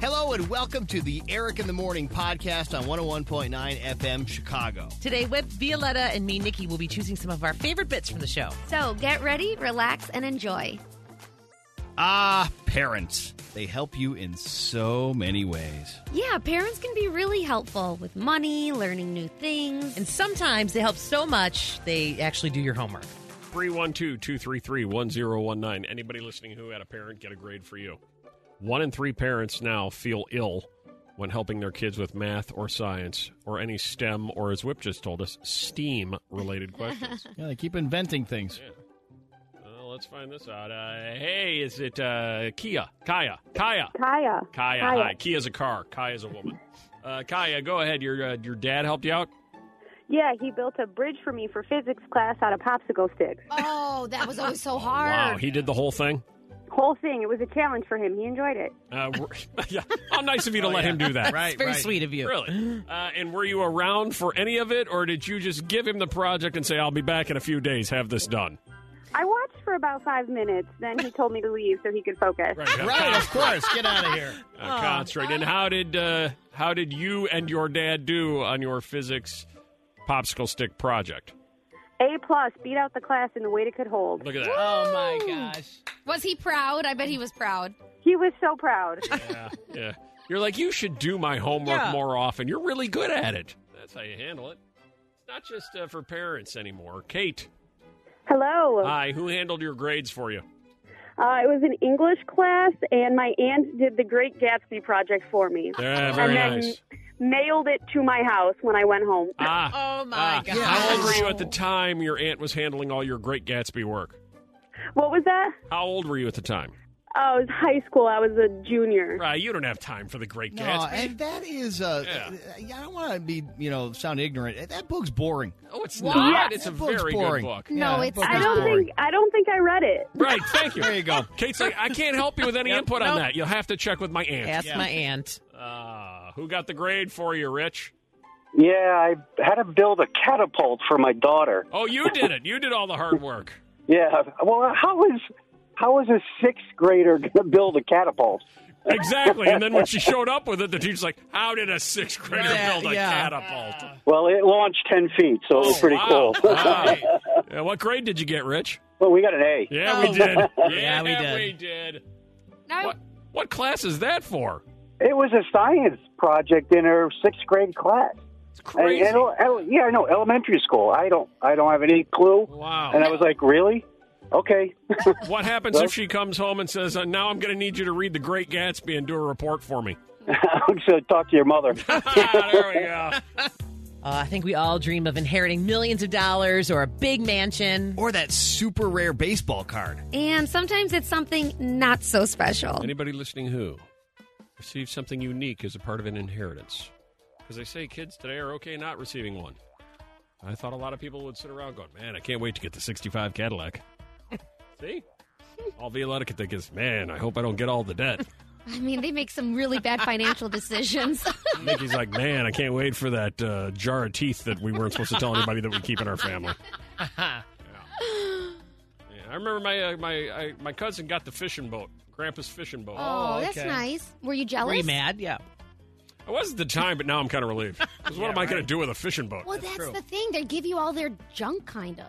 Hello and welcome to the Eric in the Morning podcast on 101.9 FM Chicago. Today, Web Violetta and me, Nikki, will be choosing some of our favorite bits from the show. So get ready, relax, and enjoy. Ah, parents. They help you in so many ways. Yeah, parents can be really helpful with money, learning new things. And sometimes they help so much, they actually do your homework. 312 233 1019. Anybody listening who had a parent get a grade for you. One in three parents now feel ill when helping their kids with math or science or any STEM or, as Whip just told us, STEAM related questions. Yeah, they keep inventing things. well, let's find this out. Uh, hey, is it uh, Kia? Kaya? Kaya? Kaya. Kaya, hi. Kia's a car. Kaya's a woman. Uh, Kaya, go ahead. Your, uh, your dad helped you out? Yeah, he built a bridge for me for physics class out of popsicle sticks. Oh, that was always so hard. Wow, he did the whole thing? Whole thing. It was a challenge for him. He enjoyed it. Uh, we're- yeah. How nice of you to let him do that. Right, Very right. sweet of you. Really? Uh, and were you around for any of it, or did you just give him the project and say, I'll be back in a few days, have this done? I watched for about five minutes, then he told me to leave so he could focus. Ah, Right, of course. Get out of here. Uh, concentrate. And how did uh, how did you and your dad do on your physics popsicle stick project? A plus, beat out the class in the way it could hold. Look at that. Oh my gosh. Was he proud? I bet he was proud. He was so proud. yeah, yeah. You're like, you should do my homework Yeah. more often. You're really good at it. That's how you handle it. It's not just uh, for parents anymore. Kate, Hello. hi. Who handled your grades for you? Uh, it was an English class, and my aunt did the Great Gatsby project for me. Yeah, very and then nice. mailed it to my house when I went home. Ah, Oh my Ah, gosh. How old were you at the time your aunt was handling all your great Gatsby work? What was that? How old were you at the time? Oh, it was high school. I was a junior. Right, you don't have time for the great No, Gatsby. and that is, uh, I don't want to be, you know, sound ignorant. That book's boring. oh, it's What? not. It's a That book's very boring. good book. No, that it's book is I don't boring. think I don't think I read it. Right, thank you. There you go. Kate's like, I can't help you with any input on nope. that. You'll have to check with my aunt. Ask my aunt. Ah, who got the grade for you, Rich? Yeah, I had to build a catapult for my daughter. Oh, you did it. You did all the hard work. Yeah, well, how is how is a sixth grader going to build a catapult? Exactly. And then when she showed up with it, the teacher's like, How did a sixth grader Yeah, build a yeah. catapult? Well, it launched ten feet, so it was Oh, pretty Oh, wow. cool. Wow. Yeah, what grade did you get, Rich? well, we got an A. Yeah, Oh. we did. Yeah, Yeah, we did. We did. No, What what class is that for? It was a science project in her sixth grade class. It's And- crazy. and- ele- yeah, I know elementary school. I don't I don't have any clue. Wow. And I was like, really? Okay. What happens if she comes home and says, uh, "Now I'm going to need you to read The Great Gatsby and do a report for me"? I'm going to talk to your mother. Ah, there we go. Uh, I think we all dream of inheriting millions of dollars or a big mansion. Or that super rare baseball card. And sometimes it's something not so special. Anybody listening who receives something unique as a part of an inheritance? Because they say kids today are okay not receiving one. I thought a lot of people would sit around going, "Man, I can't wait to get the '65 Cadillac." See, all Violetta could think is, "Man, I hope I don't get all the debt." I mean, they make some really bad financial decisions. Nikki's like, "Man, I can't wait for that uh, jar of teeth that we weren't supposed to tell anybody that we keep in our family." Yeah, I remember my uh, my I, my cousin got the fishing boat, Grandpa's fishing boat. oh, that's okay. nice. Were you Were jealous? you mad? Yeah. I was at the time, but now I'm kind of relieved. 'Cause what am I going to do with a fishing boat? Well, Oh, that's, the thing. They give you all their junk, kind of.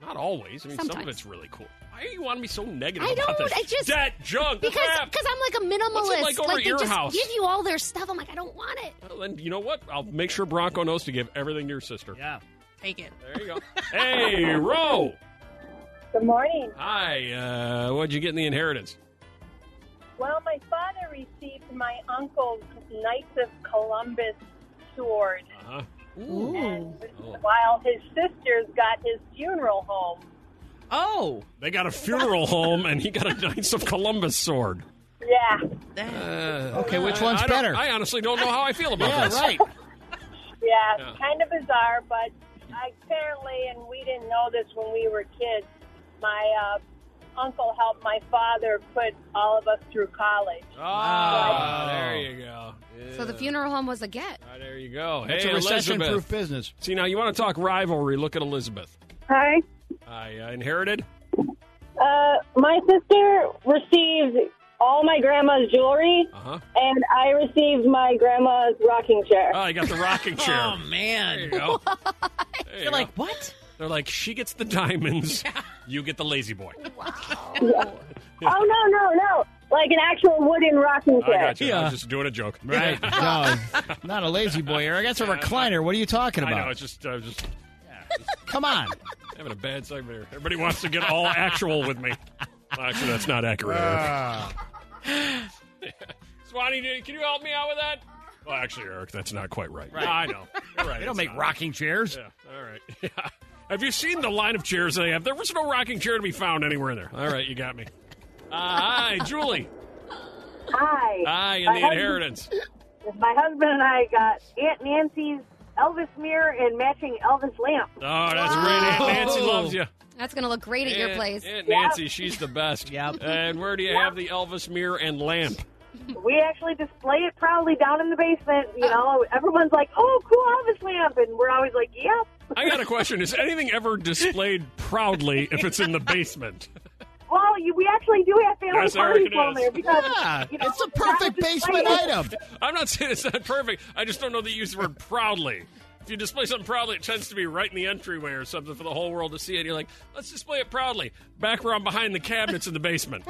Not always. I mean, some of Sometimes. it's really cool. Why do you want to be so negative I about don't, this? I just- Debt, junk, Because crap. cause I'm like a What's minimalist. it like over at they your just house? give you all their stuff. I'm like, I don't want it. Well, then you know what? I'll make sure Bronco knows to give everything to your sister. Yeah. Take it. There you go. hey, Ro. Good morning. Hi. Uh, what'd you get in the inheritance? Well, my father received my uncle's Knights of Columbus sword, Uh huh. Ooh. while his sisters got his funeral home. Oh, They got a funeral home, and he got a Knights of Columbus sword. Yeah, Okay, which I- one's I don't- better? I honestly don't know how I feel about yeah, this. right. yeah, Yeah. kind of bizarre, but apparently, and we didn't know this when we were kids. My uh, uncle helped my father put all of us through college. Ah, there you go. So the funeral home was a get. Ah, there you go. Hey, It's a recession Elizabeth. proof business. See, now you want to talk rivalry? Look at Elizabeth. Hi. I uh, inherited. Uh, my sister received all my grandma's jewelry, Uh huh. and I received my grandma's rocking chair. Oh, I got the rocking chair. Oh man. There you go. There you You're go. like, what? They're like, she gets the diamonds, you get the lazy boy. Wow. Oh no, no, no! Like an actual wooden rocking I chair. got you. I Yeah. was just doing a joke. Right. No, not a lazy boy, Eric. That's a recliner. What are you talking I about? know. It's just I was just Come on. having a bad segment here. Everybody wants to get all actual with me. Actually, that's not accurate. Eric. Ah. Swanee, do- can you help me out with that? Well, actually, Eric, that's not quite right. I know. You're right. They don't it's make not. rocking chairs. Yeah. All right. Yeah. Have you seen the line of chairs they have? There was no rocking chair to be found anywhere in there. All right, you got me. Uh, hi, Julie. Hi. Hi, in the inheritance. Uh, My husband and I got Aunt Nancy's Elvis mirror and matching Elvis lamp. Oh, that's great. Aunt Nancy loves you. That's going to look great at your Aunt- place. Aunt Nancy, she's the best. Yep. And where do you have the Elvis mirror and lamp? We actually display it proudly down in the basement. You know, everyone's like, "Oh, cool Elvis lamp," and we're always like, "Yep." I got a question. Is anything ever displayed proudly if it's in the basement? Well, you, we actually do have family Yes, Eric, parties it down is. there because Yeah, you Ah, it's know, a it's not perfect just basement like- item. I'm not saying it's not perfect. I just don't know that you use the word proudly. If you display something proudly, it tends to be right in the entryway or something for the whole world to see it. You're like, let's display it proudly. Back around behind the cabinets in the basement.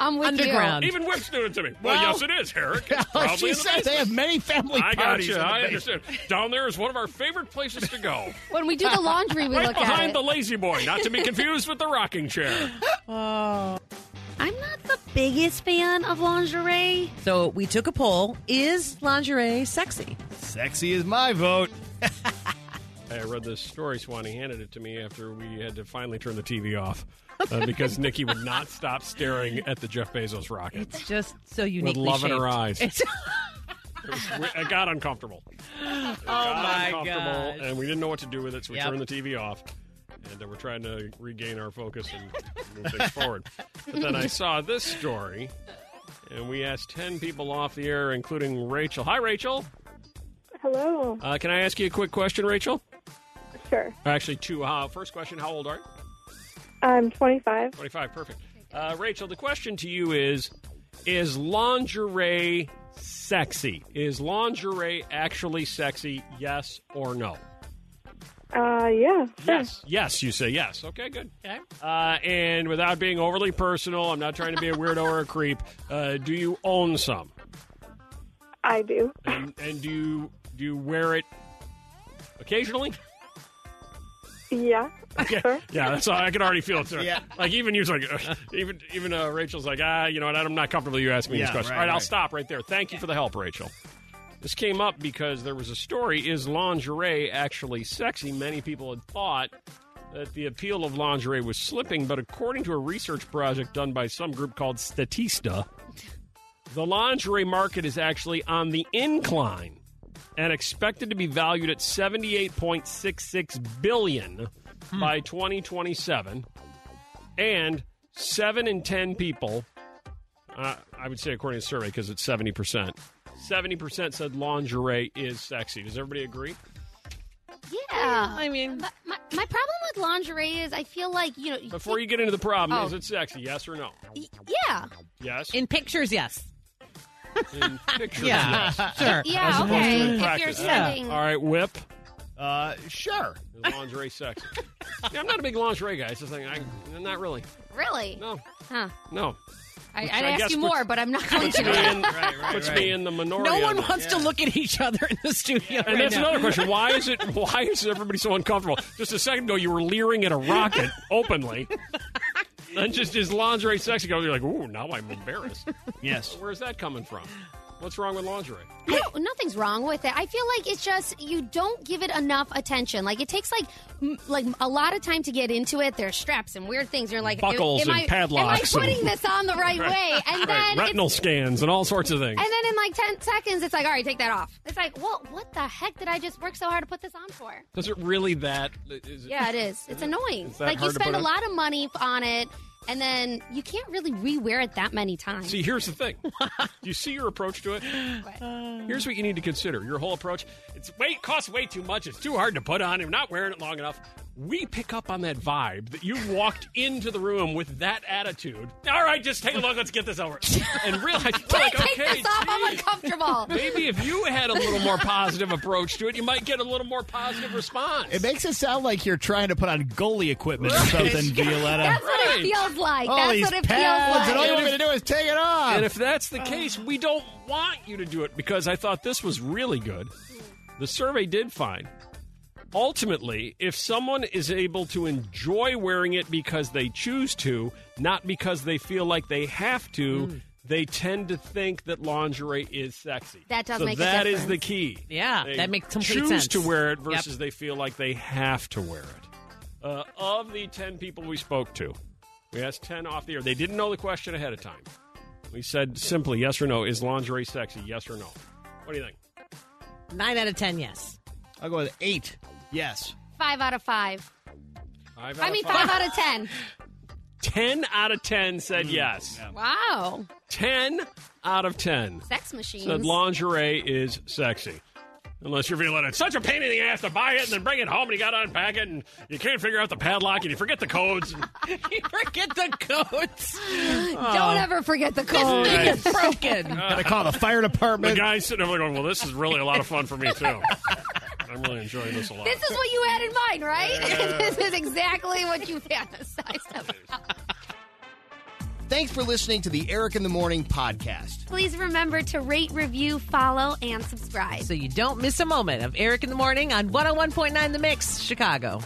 I'm with Underground. Even Whip's doing it to me. Well, Well- yes, it is, Herrick. It's Oh, proudly she in the says they have basement. many family I got parties. you. in the I basement. understand. Down there is one of our favorite places to go. you. When we do the laundry, we right look at behind it. the lazy boy, not to be confused with the rocking chair. I'm not the biggest fan of lingerie. So we took a poll. Is lingerie sexy? Sexy is my vote. I read this story. Swanee handed it to me after we had to finally turn the TV off uh, because Nikki would not stop staring at the Jeff Bezos rocket. Just so uniquely love in shaped. her eyes. It's- It got uncomfortable. oh my uncomfortable, gosh. and we didn't know what to do with it, so we Yep. turned the TV off. And then we're trying to regain our focus and move things forward. But then I saw this story, and we asked 10 people off the air, including Rachel. Hi, Rachel. Hello. Uh, can I ask you a quick question, Rachel? Sure. Actually, two. Uh, first question How old are you? I'm 25. 25, perfect. Uh, Rachel, the question to you is Is lingerie sexy? Is lingerie actually sexy? Yes or no? Uh, yeah. Yes. Yes, you say yes. Okay, good. Okay. Uh, and without being overly personal, I'm not trying to be a weirdo or a creep. Uh, do you own some? I do. And, and do you, do you wear it occasionally? Yeah. Yeah, yeah, that's all. I can already feel it. Sir. Yeah. Like even you're like, even even uh, Rachel's like, ah, you know what? I'm not comfortable. You asking me this Yeah, question. right, all right, I'll right. stop right there. Thank you for the help, Rachel. This came up because there was a story: is lingerie actually sexy? Many people had thought that the appeal of lingerie was slipping, but according to a research project done by some group called Statista, the lingerie market is actually on the incline and expected to be valued at 78.66 billion Hmm. by 2027 and 7 in 10 people uh, i would say according to the survey because it's 70% 70% said lingerie is sexy does everybody agree Yeah. I mean, But my, my problem with lingerie is I feel like, you know. before you get into the problem Oh. is it sexy yes or no y- Yeah. yes in pictures, yes. in pictures Yeah. yes Sure. As Yeah, opposed okay. to in If you're practice. spending. all right whip Uh, sure. is lingerie sexy yeah, i'm not a big lingerie guy it's just like i not really Really? no Huh. no I, Which I'd I ask guess you puts- more, but I'm not going puts me to. in, right, puts right. me in the minority. No one on that. wants to look at each other in the studio. Oh, And right that's now. another question. Why is it? Why is everybody so uncomfortable? Just a second ago, you were leering at a rocket openly. Then just is lingerie sexy? You're like, ooh, now I'm embarrassed. Yes. Where's that coming from? What's wrong with lingerie? I don't- nothing's wrong with it. I feel like it's just you don't give it enough attention. Like it takes like m- like a lot of time to get into it. There's straps and weird things. You're like am- Buckles am, and I, padlocks Am I and- putting this on the right, way? And Right, then retinal it's, scans and all sorts of things. and then in like ten seconds, it's like all right, take that off. It's like well, what the heck did I just work so hard to put this on for? Is it really that? Is it, Yeah, it is. It's annoying. Is that like you hard to spend put a on? lot of money f- on it, and then you can't really rewear it that many times. See, here's the thing. you see your approach to it? Here's what you need to consider. Your whole approach. It's weight costs way too much. It's too hard to put on. I'm not wearing it long enough. we pick up on that vibe that you walked into the room with that attitude. All right, just take a look. Let's get this over. And realize, we're like, Take okay, this off. I'm gee, uncomfortable. maybe if you had a little more positive approach to it, you might get a little more positive response. It makes it sound like you're trying to put on goalie equipment or Right. something, Violetta. That's what Right. it feels like. all That's these what it pads, feels and all like. you want me to do is take it off. And if that's the case, we don't want you to do it because I thought this was really good. The survey did find. Ultimately, if someone is able to enjoy wearing it because they choose to, not because they feel like they have to, Hmm. they tend to think that lingerie is sexy. That does so make a That is difference. the key. Yeah, They that makes complete choose sense. to wear it Yep. versus they feel like they have to wear it. Uh, of the 10 people we spoke to, we asked 10 off the air. They didn't know the question ahead of time. We said simply yes or no. Is lingerie sexy? Yes or no? What do you think? Nine out of ten, yes. I'll go with eight. Yes. Five out of five. Five I mean, five out of ten. Ten out of ten said yes. Wow. Ten out of ten Sex machines. said lingerie is sexy. Unless you're feeling it's such a pain in the ass to buy it and then bring it home and you got to unpack it and you can't figure out the padlock and you forget the codes. you forget the coats. Don't ever forget the code. It's broken. Gotta call the fire The department. guy's sitting over there going, "Well, this is really a lot of fun for me too. I'm really enjoying this a lot." This is what you had in mind, right? this is exactly what you fantasized about. Thanks for listening to the Eric in the Morning podcast. Please remember to rate, review, follow, and subscribe. oh so you don't miss a moment of Eric in the Morning on 101.9 The Mix, Chicago.